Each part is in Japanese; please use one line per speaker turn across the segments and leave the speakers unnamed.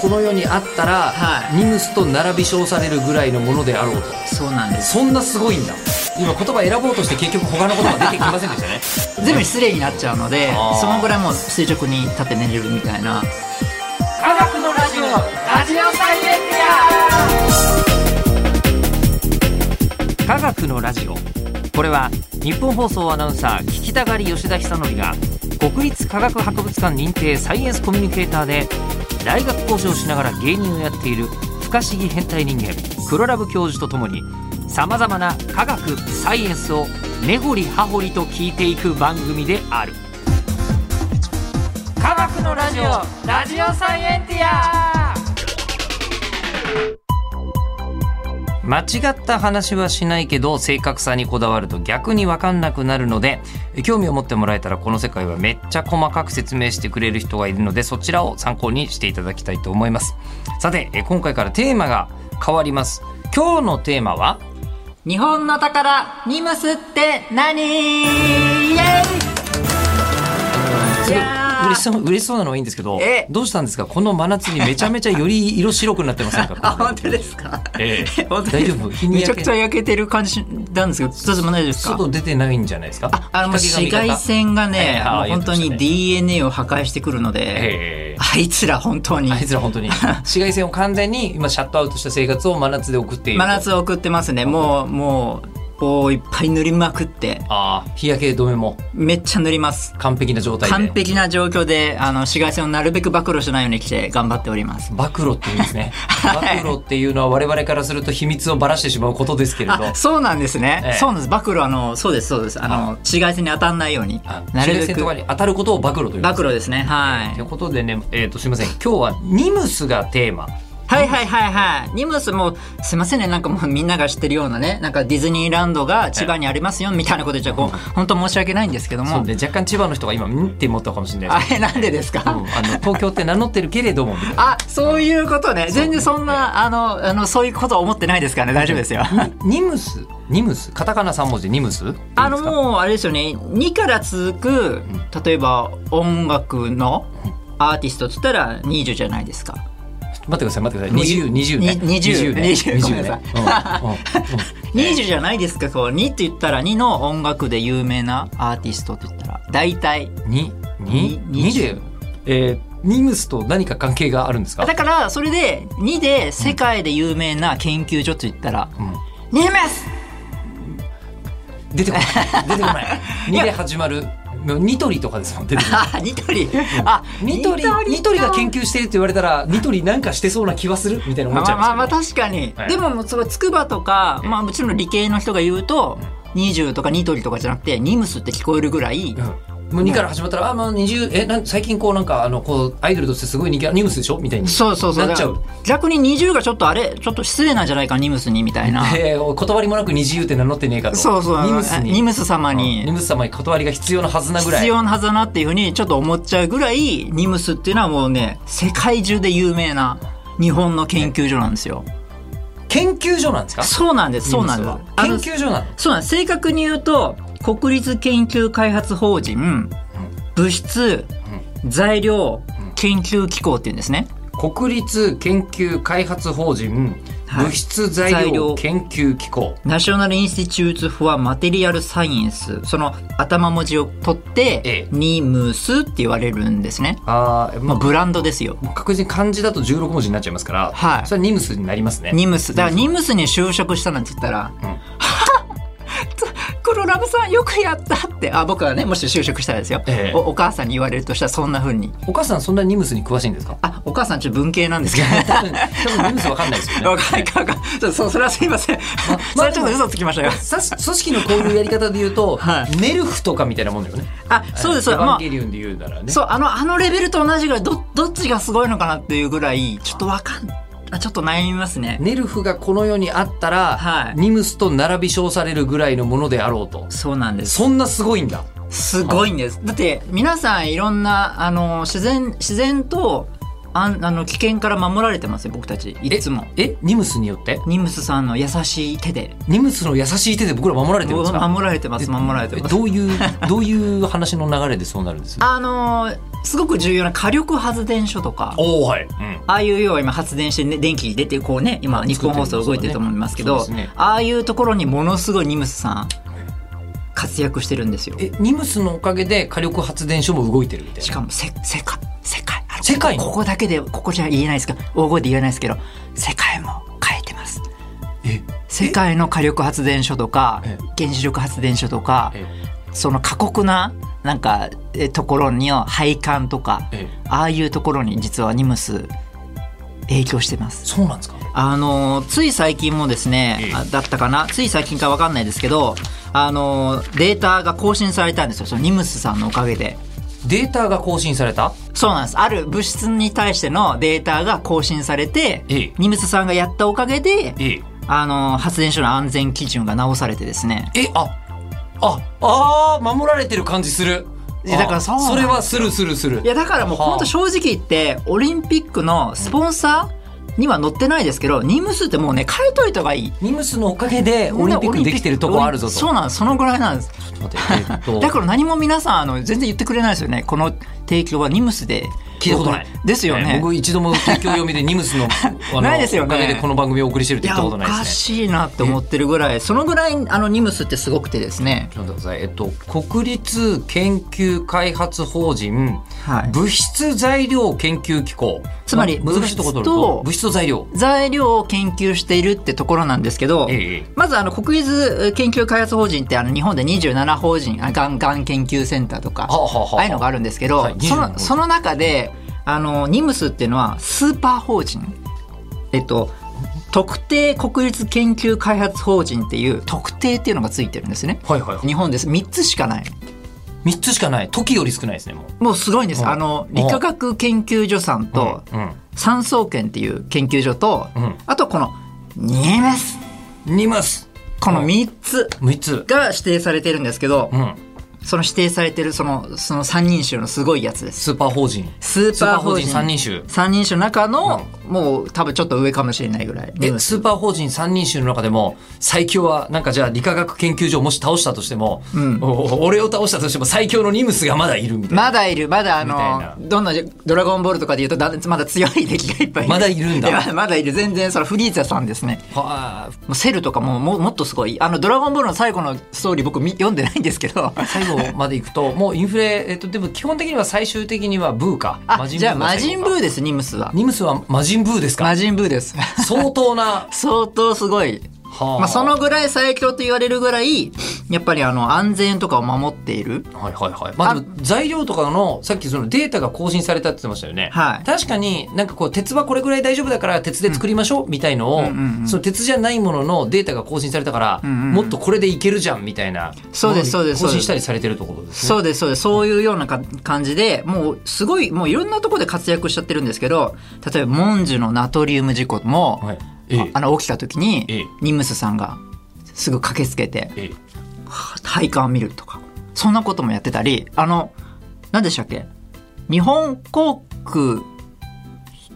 この世にあったら、
は
ニムスと並び称されるぐらいのものであろうと
そうなんです
そんなすごいんだ今言葉選ぼうとして結局他の言葉出てきませんでしたね
全部失礼になっちゃうので
あー
そのぐらいもう垂直に立って寝れるみたいな科学のラジオラジオサイエンテ
科学のラジオこれは日本放送アナウンサー聞きたがり吉田久典が国立科学博物館認定サイエンスコミュニケーターで大学講師をしながら芸人をやっている不可思議変態人間黒ラブ教授とともにさまざまな科学サイエンスを根掘り葉掘りと聞いていく番組である科学のラジオラジオサイエンティア間違った話はしないけど正確さにこだわると逆に分かんなくなるのでえ興味を持ってもらえたらこの世界はめっちゃ細かく説明してくれる人がいるのでそちらを参考にしていただきたいと思いますさてえ今回からテーマが変わります今日のテーマは
日本の宝ニムスって何イエーイ
すごい
いやー
嬉しそう嬉しそうなのはいいんですけど
え
どうしたんですかこの真夏にめちゃめちゃより色白くなってません
あ
か
本当ですか
ええ
本当
大
に
丈夫日に
めち
焼
ゃ
け
くちゃ焼けてる感じなんですけどどうでもないですか
外出てないんじゃないですか
あのもう
日陰
紫
が味方
外線がね、
ええああ
もう本当
言
に
って
DNA を破壊してくるので、
ええ
あいつら本当 に
あいつら本当に 紫外線を完全に今シャットアウトした生活を真夏で送っている
真夏を送ってますねもうもうこういっぱい塗りまくって
ああ日焼け止めも
めっちゃ塗ります
完璧な状態で
完璧な状況であの紫外線をなるべく暴露しないようにして頑張っております
暴露っていうんです ね暴露っていうのは我々からすると秘密をばらしてしまうことですけれど
あそうなんですね、
ええ
そうなんです暴露あのそうですそうですあの紫外線に当たんないように
あ
な
紫
る
外
べ
線
く
とかに当たることを暴露というん
暴
です
露ですねはい
ということでね、えー、とすいません今日はニムスがテーマ
はいはいはいはい。ニムスも、すいませんね、なんかもうみんなが知ってるようなね、なんかディズニーランドが千葉にありますよ、みたいなこと言っちゃ、こう、本当申し訳ないんですけど
そう
も。
で若干千葉の人が今んって思ったかもしれない
あ
です
れなんでです
けど、
か、
うんあの東京って名乗ってるけれどもみたいな
あ、そういうことね。全然そんな、あの、あの、そういうことは思ってないですからね、大丈夫ですよ。
ニムスニムスカタカナ3文字でニムス
あの、もう、あれですよね、2から続く、例えば音楽のアーティストっつったら20じゃないですか。
待ってください待ってください20 20ね
に
20
20
ね
ごめんな
ねうんうんうん
20じゃないですか、こう、2って言ったら2の音楽で有名なアーティストって言ったら、大体。
にに
に
にでえーニムスと何か関係があるんですか
だからそれで2で世界で有名な研究所って言ったら「ニムス
出てこない出てこない2で始まるニトリとかですもん出 てこない
あ」ニトリあ
ニトリニトリが研
究
究してるって言われたらニトリなんかしてそうな気はするみたいな思
ま
っちゃい
あまあま
ま
あ
すけど
確かに、
はい
でももうそれ筑波とか、まあ、もちろん理系の人が言うと20とかニトリとかじゃなくてニムスって聞こえるぐらい、
うんもう2から始まったら、あ、まあ20、え、なん最近こうなんか、あの、こう、アイドルとしてすごい人気あニムスでしょみたいに。
そうそうそう
なっちゃう
だから逆に20がちょっとあれちょっと失礼なんじゃないかニムスにみたいな
えーお断りもなく二自由って名乗ってねえかと。
そうそう
ニムスに。
ニムス様
う
に
んニムス様に断りが必要なはずなぐらい。
必要なはずだなっていうふうにちょっと思っちゃうぐらいニムスっていうのはもうね世界中で有名な日本の研究所なんですよ。
研究所なんですか
そうなんですそうなんです。あの
研究所なの
そうなんです正確に言うと国立研究開発法人物質材料研究機構っていうんですね。
国立研究開発法人
はい
物質材
材
料
料
研究機構、
ナショナル・インスティチューツ・フォア・マテリアル・サイエンスその頭文字を取っ
ええ
てニムスって言われるんですね。
ああま
まあ、ブランドですよ。
あ確実に漢字だと16文字になっちゃいますから、
はい
それはニムスになりますね
ニムスだからニムスに就職したなんて言ったら「
ん
は っ黒ラブさんよくやった」ってあ僕はねもし就職したらですよ、
ええ
おお母さんに言われるとしたらそんなふうに
お母さんそんなニムスに詳しいんですか
あお母さんちょっと文系なんですけど
多分多分ニムスわかんないですよね
わかんないわかんないちょっとそそれはすいません、 それはちょっと嘘つきましたよ
さ組織のこういうやり方で言うと、
はい
ネルフとかみたいなもんだよね
あそうですそう
エヴ
です
ァ
ま
ン
あ
ゲリオンで言うならね
そうあのあのレベルと同じぐらいどどっちがすごいのかなっていうぐらいちょっとわかんあちょっと悩みますね
ネルフがこの世にあったら、
はい
ニムスと並び称されるぐらいのものであろうと
そうなんです
そんなすごいんだ
すごいんです。だって皆さんいろんなあの自然自然とあんあの危険から守られてますよ僕たちいつも
えニムスによって
ニムスさんの優しい手で
ニムスの優しい手で僕ら守られてるんですか
守られてます守られてます
どういう どういう話の流れでそうなるんです
あのーすごく重要な火力発電所とか
おおはい、うん
ああいう要は今発電して、ね、電気出てこうね今日本放送動いてると思いますけど
そうですね
ああいうところにものすごいニムスさん活躍してるんですよ
えニムスのおかげで火力発電所も動いてるみたいな
しかもせ世界世界あの
世界の
ここだけでここじゃ言えないですけど大声で言えないですけど世界も変えてます
え
世界の火力発電所とか
ええ
原子力発電所とか
え
その過酷ななんかえところには配管とか
え
ああいうところに実はニムス影響してます
そうなんですか
あのつい最近もです
え
ね
え、
あだったかなつい最近か分かんないですけどあのデータが更新されたんですよそのニムスさんのおかげで
データが更新された
そうなんですある物質に対してのデータが更新されて、
ええ
ニムスさんがやったおかげで
え
あの発電所の安全基準が直されてですね
えあああー守られてる感じする
いやだからそうなん
あ
ですよ
それはするするする
いやだからもう
はあ
本当正直言ってオリンピックのスポンサーには載ってないですけどニムスってもうね変えといた方がいい
ニムスのおかげでオリンピックできてるとこあるぞと
そうなんですそのぐらいなんです
ちょっと待ってえっと
だから何も皆さんあの全然言ってくれないですよねこの提供はニムスで
聞いたことない
ですよね
えー僕一度も東京読みでニムスのあの
ないですよね
おかげでこの番組をお送りしてるっ
い
て言った
や
こと
お
ない
か
ですね
しいなって思ってるぐらいそのぐらいあのニムスってすごくてですね
ちょっと待ってくださいえっと国立研究開発法人、
はい
物質材料研究機構
つまり
ま難しいところ
物質と
物質と材料
材料を研究しているってところなんですけど、
ええ
まずあの国立研究開発法人ってあの日本で27法人あがんがん研究センターとか
はあはあはあ
ああいうのがあるんですけど、
はい27
そ
法
の
人
その中であのニムスっていうのはスーパー法人えっと特定国立研究開発法人っていう特定っていうのがついてるんですね
はいはいはい
日本です3つしかない
3つしかない時より少ないですねもう
もうすごいんです
うん
あの理化学研究所さんと
うん
産総研っていう研究所と
うん
あとこのニムス
うんニムス
この
うん
3つ
3つ
が指定されてるんですけど
うん
その指定されてるそのその3人衆のすごいやつです
スーパー法人
スー
スーパ
パー
ー
法
法
人
人三人衆
三人衆の中の、もう多分ちょっと上かもしれないぐらい
えスーパー法人3人衆の中でも最強はなんかじゃあ理化学研究所をもし倒したとしても、
ん
おお俺を倒したとしても最強のニムスがまだいるみたいな、
まだいるまだあ
みたいな
のどんなドラゴンボールとかで言うとだまだ強い敵がいっぱい
まだいるんだ
や まだいる全然それフリーザさんですね
はあ
もうセルとかももうもっとすごいあのドラゴンボールの最後のストーリー僕み読んでないんです けど
最後までいくと もうインフレ、えっと、でも基本的には最終的にはブーか
あじゃあマジンブ
ーが最後
ーですニムスは
かニムスは魔人ブーですか
マジンブーです
相当な、
相当すごい
は
まあ、そのぐらい最強と言われるぐらいやっぱりあの安全とかを守っている
はいはいはい。まあ、でも材料とかの、さっきそのデータが更新されたって言ってましたよね。
はい
確かになんかこう、鉄はこれぐらい大丈夫だから鉄で作りましょうみたいのを、その鉄じゃないもののデータが更新されたから、もっとこれでいけるじゃんみたいな。
そうですそうです
更
そうで
新
す
したりされてるってことですね。
そうですそうですそういうようなか感じでもうすごいもういろんなところで活躍しちゃってるんですけど例えばモンジュのナトリウム事故も、
はい。ええ
あの起きた時に、
ええ
ニムスさんがすぐ駆けつけて
ええ
配管を見るとかそんなこともやってたりあの何でしたっけ日本航空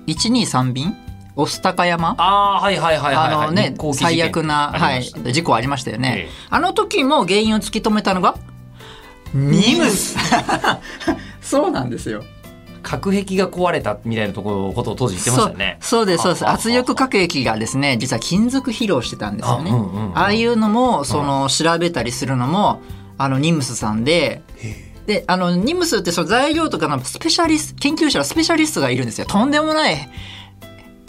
123便御巣鷹山
ああ、はいはいはいはい、はい。
あのね
日航機事件
最悪な、
あり
は
ま
い
した、
事故ありましたよね、
ええ
あの時も原因を突き止めたのがニ ムスそうなんですよ
隔壁が壊れたみたいなところことを当時言ってまし
そ
た
う
よね。
そうですそうです
あああ
圧力核壁がですね実は金属疲労してたんですよね
あ
あ,、
うんうんうん
あいうのもその調べたりするのもあのニムスさんでであのニムスってその材料とかのスペシャリスト研究者のスペシャリストがいるんですよとんでもない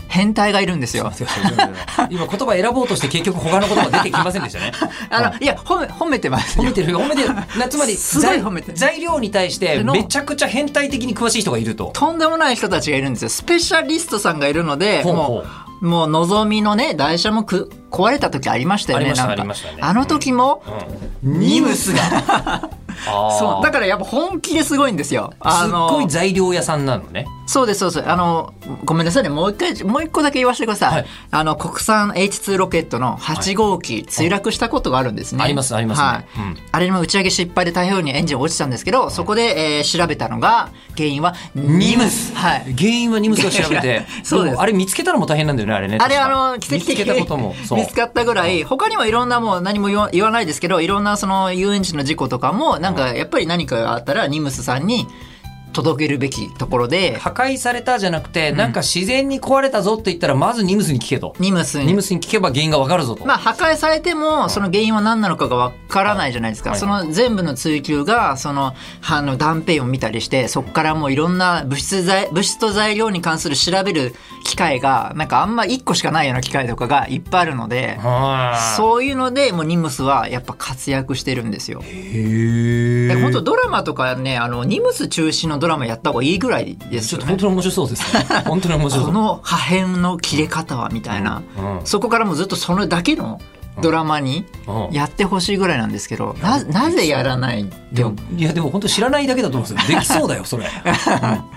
変態がいるんですよ
すいませんすいません今言葉選ぼうとして結局他の言葉出てきませんでしたね。
あのいや褒め褒めてます
褒
よ
めて るよ褒めてるなつまり
すごい褒めてる
材材料に対してめちゃくちゃ変態的に詳しい人がいると
とんでもない人たちがいるんですよスペシャリストさんがいるので
ほう
もうもう望みのね台車もく壊れた時ありましたよ
あ
ね
りました
なんか
ありましたね
あの時も、ニムス
が
そうだ
か
からやっぱ本気ですごいんですよあ
すっご
の
い材料屋さんなのね
そうですそうですあのごめんなさいねもう一回もう一個だけ言わせてください、
はい
あの国産 H2 ロケットの8号機、墜落したことがあるんですね
ありますありますね
はい
うん
あれも打ち上げ失敗で太平洋にエンジン落ちたんですけどそこで、えー調べたのが原因はニムスはい
原因はニムスが調 べて
そうです
もあれ見つけたのも大変なんだよねあれね
あれ
確か
あの奇跡的
見つけたことも
に
そう
見つかったぐらい他にもいろんなもう何も言わ言わないですけどいろんなその遊園地の事故とかもなんかやっぱり何かがあったらニムスさんに届けるべきところで
破壊されたじゃなくて、なんか自然に壊れたぞって言ったらまずニムスに聞けと、
ニムスに
ニムスに聞けば原因がわかるぞと、
まあ、破壊されてもその原因は何なのかがわからないじゃないですか、
はい
その全部の追求がそのあの断片を見たりしてそこからもういろんな物質材物質と材料に関する調べる機会がなんかあんま1個しかないような機会とかがいっぱいあるので、
はい
そういうのでもうニムスはやっぱ活躍してるんですよ。
へ
で
え
本当ドラマとかねあのニムス中心のドラマやった方がいいぐらいです
ちょ
よ
っと本
ね。
当に面白そうですね 本当に面白そ
こ
う
の破片の切れ方はみたいな、
うん
そこからもうずっとそれだけのドラマに
うん
やってほしいぐらいなんですけど、ななぜやらないって
でもいやでも本当知らないだけだと思うんですよできそうだよそれ、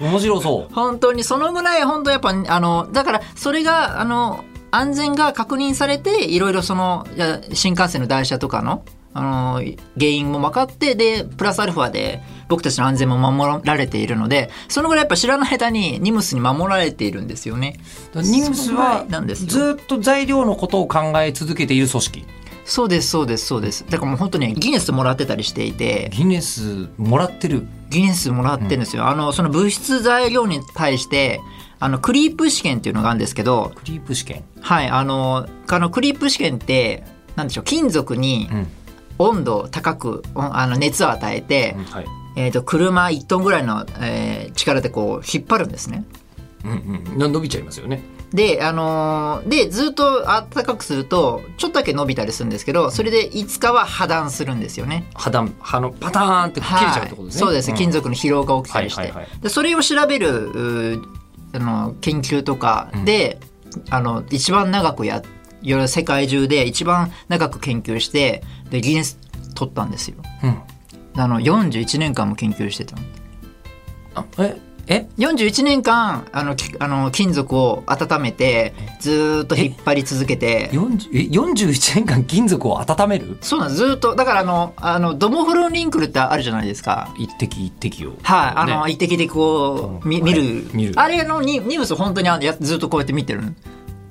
うん 面白そう
本当にそのぐらい本当やっぱあのだからそれがあの安全が確認されていろいろそのいや新幹線の台車とかのあの原因も分かってでプラスアルファで僕たちの安全も守られているのでそのぐらいやっぱ知らない間にニムスに守られているんですよね。
ニムスは
なんですよ
ずっと材料のことを考え続けている組織
そうですそうですそうです。だからもう本当にギネスもらってたりしていて
ギネスもらってる
ギネスもらってるんですよ。あのその物質材料に対してあのクリープ試験っていうのがあるんですけど
クリープ試験、
はい、あの、あのクリープ試験って、なんでしょう、金属に
うん
温度を高く、おあの熱を与えて、
はい
えっ、と、車1トンぐらいの、えー力でこう、引っ張るんですね。
うんうん、伸びちゃいますよね
で、あのーで、ずっと暖かくすると、ちょっとだけ伸びたりするんですけど、それでいつかは破断するんですよね。
破断歯のパターンって切れちゃうってことですね、
はいそうです、
ん
金属の疲労が起きたりして、
はいはいは
でそれを調べるうーあの研究とかで、あの一番長くやよ世界中で一番長く研究してでギネス取ったんですよ
うん
あの41年間も研究してたの
あええ
41年間あのきあの金属を温めてずーっと引っ張り続けて
40え41年間金属を温める
そうなんですずーっとだからあのあのドモフロンリンクルってあるじゃないですか
一滴一滴を
はい、あの、
ね
一滴でこ
う
う、
ん
み
は
見
い
る,、
見る
あれのニニュース本当にあのやずっとこうやって見てるの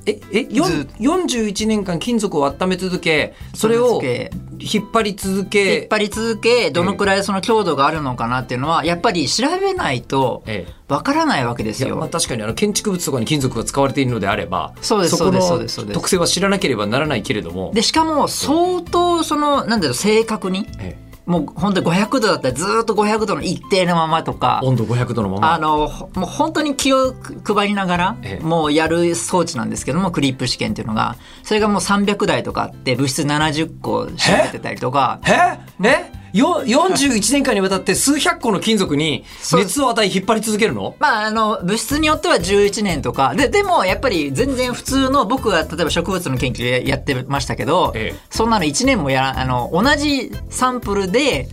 ええよん
ずっと
41年間金属を温め続けそれを
続け
引っ張り続
引っ
け
張り続けどのくらいその強度があるのかなっていうのはやっぱり調べないと
ええ
わからないわけです
いやまあ、
よ。
確かにあの建築物とかに金属が使われているのであれば
そうです
この
そうですそうです
特性は知らなければならないけれども
でしかも相当そのなんだろう正確に
え
もう本当に500度だったらずーっと500度の一定のままとか
え。温度500度のまま
あのほもう本当に気を配りながら
ええ
もうやる装置なんですけどもクリップ試験っていうのがそれがもう300台とかあって物質70個調べてたりとか
ええよ41年間にわたって数百個の金属に
そう
熱を与え引っ張り続けるの
まあ、あの、物質によっては11年とか。で、でも、やっぱり全然普通の、僕は例えば植物の研究ややってましたけど、
ええ
そんなの1年もやら、あの、同じサンプルで、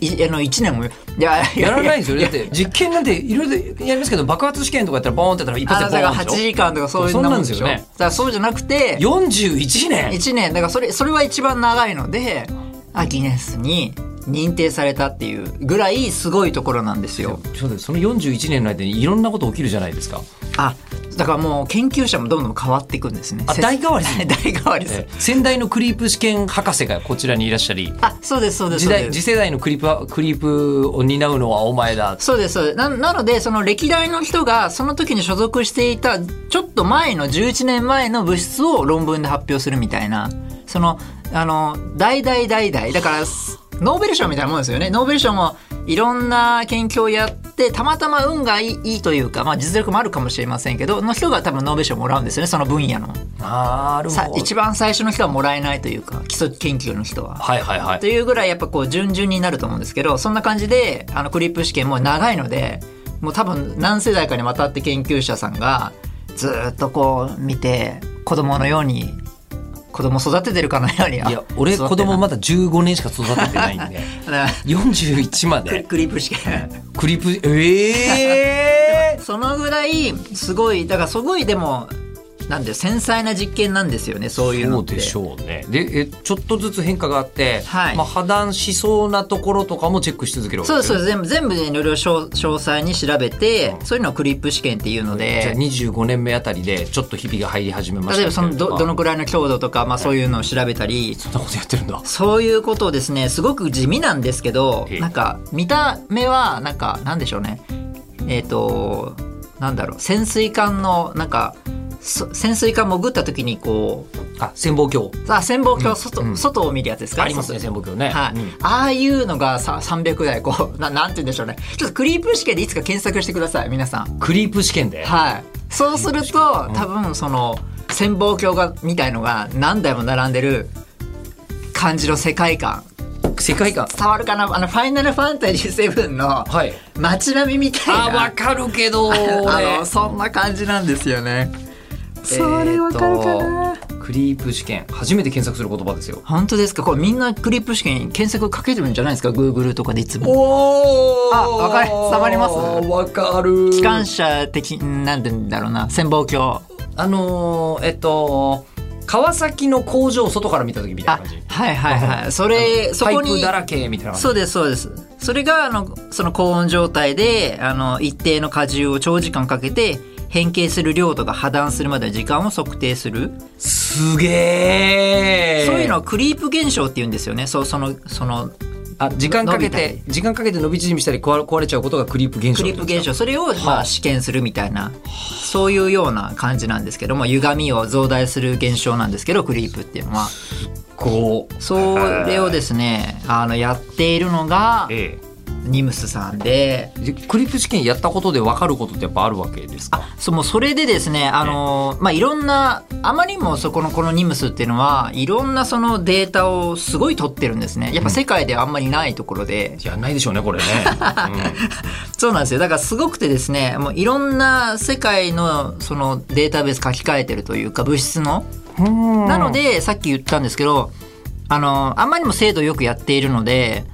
いあの、1年も、いや、
やらないんで
い
すよねだって実験なんていろいろやりますけど爆発試験とかやったらボーンってやったら一
あ
発
な
で
た
ボ
が
ーン
8
でし
時間とかそういう
そう
な
そんな
も
んん
で
です
しょ。
よ
だ
ね
からそうじゃなくて、
ょ41年
1年、だからそれ、それは一番長いので、アギネスに認定されたっていうぐらいすごいところなんですよ。
そうですその41年の間にいろんなこと起きるじゃないですか
あ、だからもう研究者もどんどん変わっていくんですね。
あ代替わりする
代替わりする
え。え先代のクリープ試験博士がこちらにいらっしゃり
あ、そうです、そうです。
時
そう
代
です
次世代のクリープはクリープを担うのはお前だ
そうですそうですななのでその歴代の人がその時に所属していたちょっと前の11年前の物質を論文で発表するみたいなそのあの代々代々だからすノーベル賞みたいなもんですよねノーベル賞もいろんな研究をやってたまたま運がいいいいというか、まあ、実力もあるかもしれませんけどの人が多分ノーベル賞もらうんですよねその分野の
なる
さ
ほど
一番最初の人はもらえないというか基礎研究の人は。
はいはいはい
というぐらいやっぱこう順々になると思うんですけどそんな感じであのクリップ試験も長いのでもう多分何世代かにわたって研究者さんがずっとこう見て子供のように子供育ててるかのようにい
いや俺子 供まだ15年しか育ててないんで41まで
クリップしか
クリップええ
そのぐらいすごいだからすごいでもなんで繊細な実験なんですよね そういうの
そう
って
でしょうねでえちょっとずつ変化があって、
はい
まあ、破談しそうなところとかもチェックし続けるわけ
そうそう
う
全部全部でいろいろ詳詳細に調べて、そういうのをクリップ試験っていうの
じゃあ
で
25年目あたりでちょっとひびが入り始めました
例えばそのどどのく
らい
らいの強度とか、まあ、そういうのを調べたり、
そんなことやってるんだ
そういうことをですねすごく地味なんですけど
ええ
なんか見た目はなんかなんでしょうねえっ、となんだろう潜水艦のなんかそ潜水艦潜った時にこう
あ潜望鏡
あ潜望鏡外,、
うん
外を見るやつですか
ありますね潜望鏡ね、
は
う
い
ん
ああいうのがさ300台こうななんて言うんでしょうねちょっとクリープ試験でいつか検索してください皆さん
クリープ試験で、
はいそうすると多分その潜望鏡がみたいのが何台も並んでる感じの世界観
世界観
伝わるかなあの「ファイナルファンタジー7」の
はい
街並みみたい
あ
な
わかるけど
あ
俺
のそんな感じなんですよね、それわかるかな
えーとクリープ試験初めて検索する言葉ですよ
本当ですかこれみんなクリップ試験検索かけてるんじゃないですか Google とかでいつも
お
あわかる伝わります
わかる
機関車的なんて言うんだろうな潜望鏡
あのーえっと川崎の工場を外から見た時みたい
あ
な感じ
はいはいはいそれそこ
パイプ
に
だらけみたいな感じ
そうですそうですそれがあのその高温状態であの一定の荷重を長時間かけて変形する量とか破断するまでの時間を測定する、
すげえ
そういうのをクリープ現象って言うんですよねそうそのその
あ時間かけ
伸びた
て時間かけて伸び縮みしたり壊れ壊れちゃうことがクリープ現象
クリップ現象それをまあ試験するみたいなそういうような感じなんですけども歪みを増大する現象なんですけどクリープっていうのは
こう
それをですねあのやっているのが
え
ニムスさんで
えでクリップ試験やったことで分かることってやっぱあるわけですか
そもうそれでですねあの、まあ、いろんなあまりにもそこのこのニムスっていうのはいろんなそのデータをすごい取ってるんですねやっぱ世界ではあんまりないところで、
いやないでしょうねこれ ね、
そうなんですよだからすごくてですねもういろんな世界のそのデータベース書き換えてるというか物質の
うん
なのでさっき言ったんですけどあのあんまりにも精度よくやっているので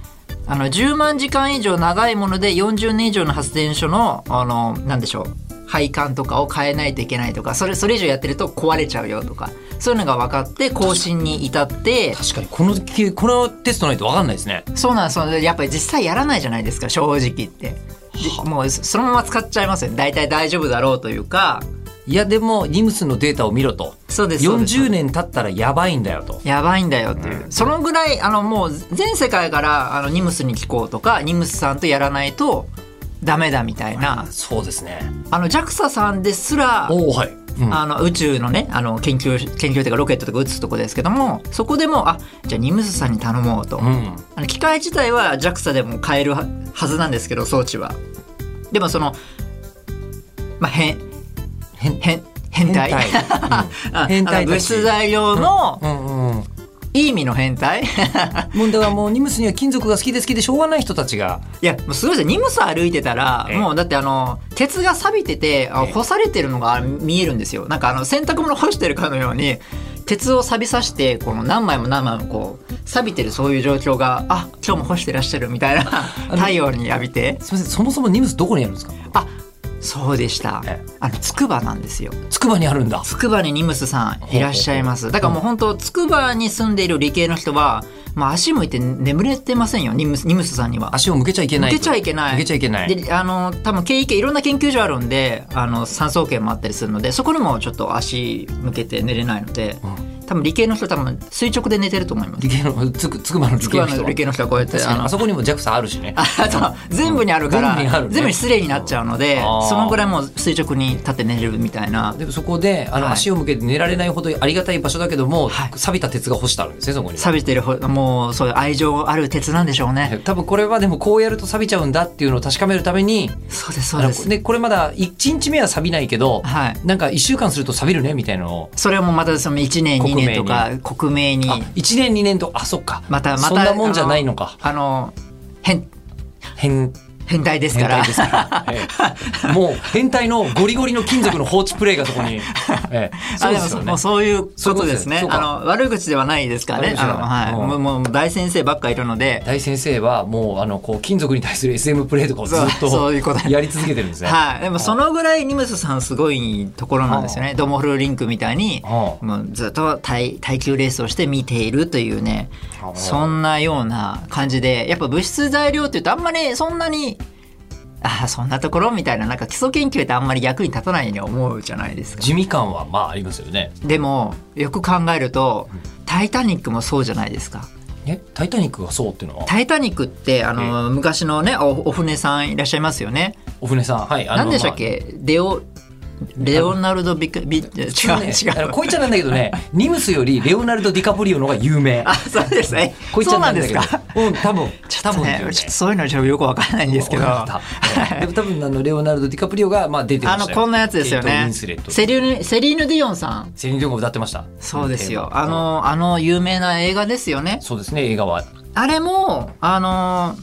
あの10万時間以上長いもので40年以上の発電所のあのなんでしょう配管とかを変えないといけないとかそれそれ以上やってると壊れちゃうよとかそういうのが分かって更新に至って
確かにこのけこのテストないと分かんないですね
そうなんですそうなんですやっぱり実際やらないじゃないですか正直言って。でもうそのまま使っちゃいますよね大体大丈夫だろうというか
いやでもニムスのデータを見ろと
そうですそうです
40年経ったらやばいんだよと
やばいんだよっていう、そのぐらいあのもう全世界からあのニムスに聞こうとかニムスさんとやらないとダメだみたいな
そうですね
あの JAXA さんですら
おおはい、うん
あの宇宙のねあの研究研究というかロケットとか打つとこですけどもそこでもあじゃあニムスさんに頼もうと、
うん
あの機械自体は JAXA でも買えるははずなんですけど装置はでもそのまあ変
変
変変態
変
あ
変態
あの物質材料の
うんうん、
いい意味の変態
問題はもうニムスには金属が好きで好きでしょうがない人たちが
いや、もうすごいですよ。ニムス歩いてたら、
ええ
もうだってあの、鉄が錆びてて、あ
ええ
干されてるのが見えるんですよ。なんかあの、洗濯物干してるかのように、鉄を錆びさして、この何枚も何枚もこう、錆びてるそういう状況が、あ、今日も干してらっしゃるみた いな、太陽に浴びて。
すみませんそもそもニムスどこにあるんですか
あ、そうでした
ええ。
あの、つくばなんですよ。
つくばにあるんだ
つくばにニムスさんいらっしゃいます。だからもう本当、つくばに住んでいる理系の人は、まあ足向いて眠れてませんよ、ニムス、ニムスさんには。
足を向けちゃいけない
受けちゃいけない
向けちゃいけない
であの多分経営系いろんな研究所あるんであの産総研もあったりするのでそこにもちょっと足向けて寝れないので、多分理系の人多分垂直で寝てると思います
理系のつくつくばの理
筑
系の
波
人
の
は
理系の人はこうやって
確か
あ
に
の
あそこにも JAXA あるしね
あそう全部にあるから
全部にあるね
全部に失礼になっちゃうので
あー
そのぐらいもう垂直に立って寝れるみたいな
でもそこであの
はい
足を向けて寝られないほどありがたい場所だけども、
はい
錆びた鉄が干してあるんですねそこには
錆びてるほもうそういう愛情ある鉄なんでしょうね、
多分これはでもこうやると錆びちゃうんだっていうのを確かめるために
そうですそうで
あ
す
のでこれまだ1日目は錆びないけど、
はい
なんか1週間すると錆びるねみたいなのを
それもまたその1年2年とか克明に
あ1年2年とあそっか
またまた
そんなもんじゃないのか
あの変
変
変態です
変
から
態ですから、ええもう変態のゴリゴリの金属の放置プレイがそこに、ええ、そうですよ
あ
ね
もそういうことですね
そういうことですよそう
あ
か
の悪口ではないですから
悪
ね
口じ
あ
ゃ
の、
ない
はいもう
うん
もう大先生ばっかいるので、
大先生はもうあのこう金属に対する SM プレイとかをずっ
そうそういうこと
と
です
やり続けてるんですね。
はい、でもそのぐらいニムスさんすごいところなんですよねドモフルリンクみたいに
ああ
もうずっと耐耐久レースをして見ているというね
ああ
そんなような感じでやっぱ物質材料っていうとあんまりそんなにああそんなところみたいななんか基礎研究ってあんまり役に立たないように思うじゃないですか。
地味感はまあありますよね。
でもよく考えると「タイタニック」もそうじゃないですか。
えタイタニックがそうっていうのは
タイタニックってあの、昔のねおお船さんいらっしゃいますよね。
お船さんはいあの
何でしたっけ、デオレオナルドビクビ違う違
まあねあの
う。
こいちゃなんだけどね、ニムスよりレオナルド・ディカプリオの方が有名。
あそうですね。
こいち
そ
ゃ
うなん
だ
で
け
す
ど
か。
うん、多分。
ちょ
多
っと
分だ
ね
よ、
ちょっとそういうのはちょっとよくわからないんですけど。
わか ったええでも多分あのレオナルド・ディカプリオがまあ出てま
あ
した
の
よ
こんなやつですよ
ケイトウィ
ね。
ンスレット
セリーヌセリーヌディオンさん。
セリーヌ・ディオンが歌ってました。
そうですよ。あのあの有名な映画ですよね。
そうですね映画は
あれもあの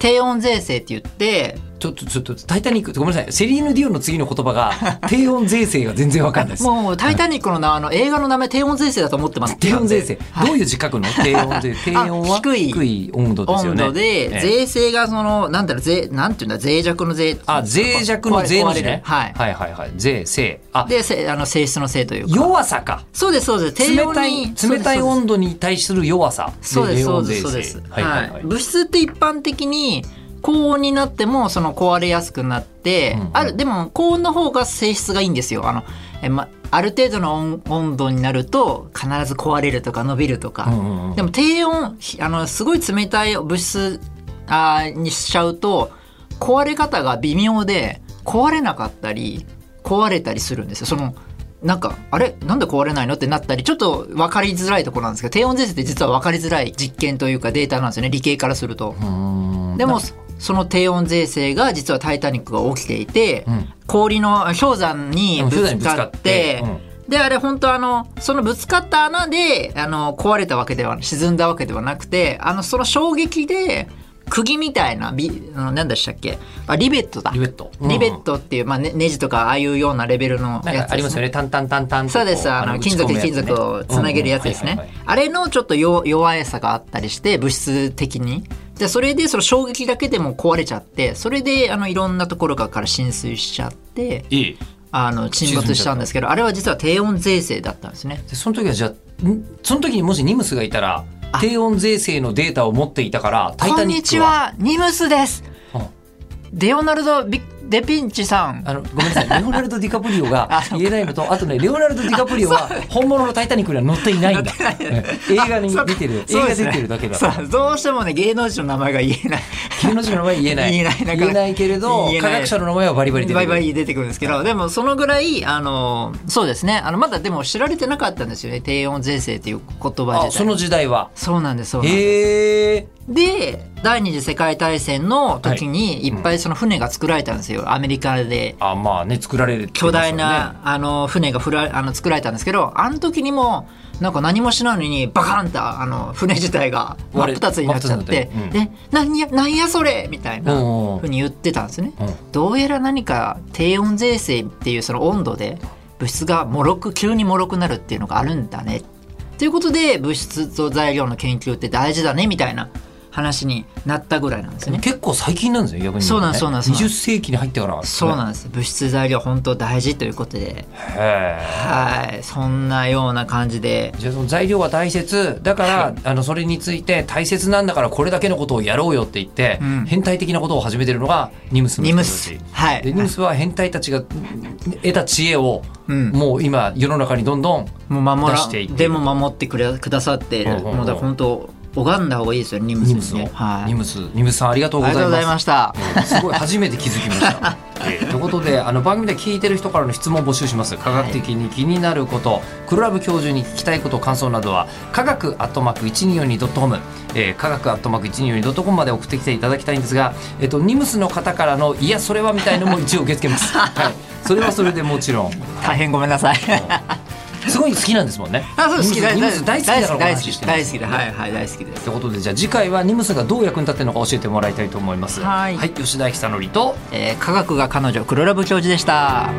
低温税制って言って。
ちょっとちょっとタイタニックごめんなさいセリーヌ・ディオンの次の言葉 が低音税制が全然わかんないです。
もう「タイタニック」の名あの映画の名前低温税制だと思ってます
低温税制、どういう字書 くの低温税低温は
あ低い
温度ですよ
温
ね。
度で
ええ
税制がそのなんだろう税なんていうんだ脆弱の税
あ脆弱の税の字ね。
壊れるは
はいはいはい税制あ
いでせあの性質の性というか
弱さか
そうですそうです低
冷
温
た
に
い冷たい温度に対する弱さ
そうですそうで
低
すそう
温
で
税制
すそうです
はいはいは
はいい。物質って一般的に高温になってもその壊れやすくなって、
うんうん
あるでも高温の方が性質がいいんですよあのえ、ま、ある程度の温温度になると必ず壊れるとか伸びるとか、
うんうんうん
でも低温ひあのすごい冷たい物質あーにしちゃうと壊れ方が微妙で壊れなかったり壊れたりするんですよそのなんかあれなんで壊れないのってなったりちょっと分かりづらいところなんですけど低温税制って実は分かりづらい実験というかデータなんですよね理系からすると。
うん
でもその低温税制が実は「タイタニック」が起きていて、
うん
氷の氷山にぶつかって
うん氷山にぶつかっ
であれ本当あのそのぶつかった穴であの壊れたわけでは沈んだわけではなくてあのその衝撃で釘みたいなビあの何でしたっけあリベットだ
リベット
リベットっていう、まあね、ネジとかああいうようなレベルの
なん
や
か
つ
ありますよねタンタンタンタンとこ
そうですあの
打ち
金
込
属
むやつね
金属をつなげるやつですね、
うんうんはいはいはい
あれのちょっと弱弱いさがあったりして物質的にでそれでその衝撃だけでも壊れちゃってそれであのいろんなところから浸水しちゃって
いい
あの沈没したんですけどあれは実は低温税制だったんですね
でその時はじゃあんその時にもしニムスがいたら低温税制のデータを持っていたからタイ
こ
タ
ん
ニ
に
ッ
ち
クは
はニムスです
うん
レオナルド・ビデ・ピンチさん
あのごめんなさいレオナルド・ディカプリオ が言えないのとあとねレオナルド・ディカプリオは本物の「タイタニック」には載っていないんだ映画に出てる映
そう
画
で
出
すね
てるだけだ
さあどうしてもね芸能人の名前が言えない
芸能人の名前言えない
言えないなかなか
けれど
言えな
科
い
学者の名前はバリバリ出て
バ
く
イ
る
バイ出てくるんですけど、でもそのぐらいあのそうですねあのまだでも知られてなかったんですよね低温税制という言葉
あ
自
そ
体
の時代は
そうなんですそうなんです、
へえ
で第二次世界大戦の時にいっぱいその船が作られたんですよ、アメリカで
あまあね作られる
巨大な、あの船がふらあの作られたんですけどあの時にもなんか何もしないのにバカンとあの船自体が真っ
割れ
二つになっちゃって「
真っ二つになって
えなんやなんやそれ!」みたいな
うん
ふうに言ってたんですね。
うん
どうやら何か低温税制っていうその温度で物質がもろく急にもろくなるっていうのがあるんだね。ということで物質と材料の研究って大事だねみたいな話になったぐらいなんですね。
結構最近なんですよ逆に、ね、
そうなんですそうなんです
20世紀に入ってから
そうなんんです物質材料本当大事ということで
へえ
はいそんなような感じで
じゃあその材料は大切だから、あのそれについて大切なんだからこれだけのことをやろうよって言って、
うん
変態的なことを始めてるのがニムスの
ニ
人
ム
た
ス
ち。
はい
でニムスは変態たちが得た知恵を、
うん
もう今世の中にどんどん
もう守
出
ら
していって
でも守ってくれくださっている
うんうんうん
ので本当拝んだ方がいいですよニム
ニム
ス
ス
に
を、
ね。はい
ニムスニムスさんありがとう
あ
ご
り
ざい
がとうござい
ま。
ますした。
えーすごい初めて気づきま した。えーということであの番組で聞いてる人からの質問を募集します科学的に気になること、黒ラブ教授に聞きたいこと感想などは科学アットマーク 1242.com、えー、科学アットマーク 1242.com まで送ってきていただきたいんですが、えっとニムスの方からのいやそれは みたいのも一応受け付けます、はい、それはそれでもちろん
大変ごめんなさい。
すごい好きなんですもんね。
あそう好き
ニムス大好きだからこの
大好
話し
き
てるん
大
で
好
す
き
よ
だ
ね
はいはい大好きです
ということでじゃあ次回はニムスがどう役に立ってるのか教えてもらいたいと思います。
はい
吉田久典と
えー科学が彼女黒ラブ教授でした。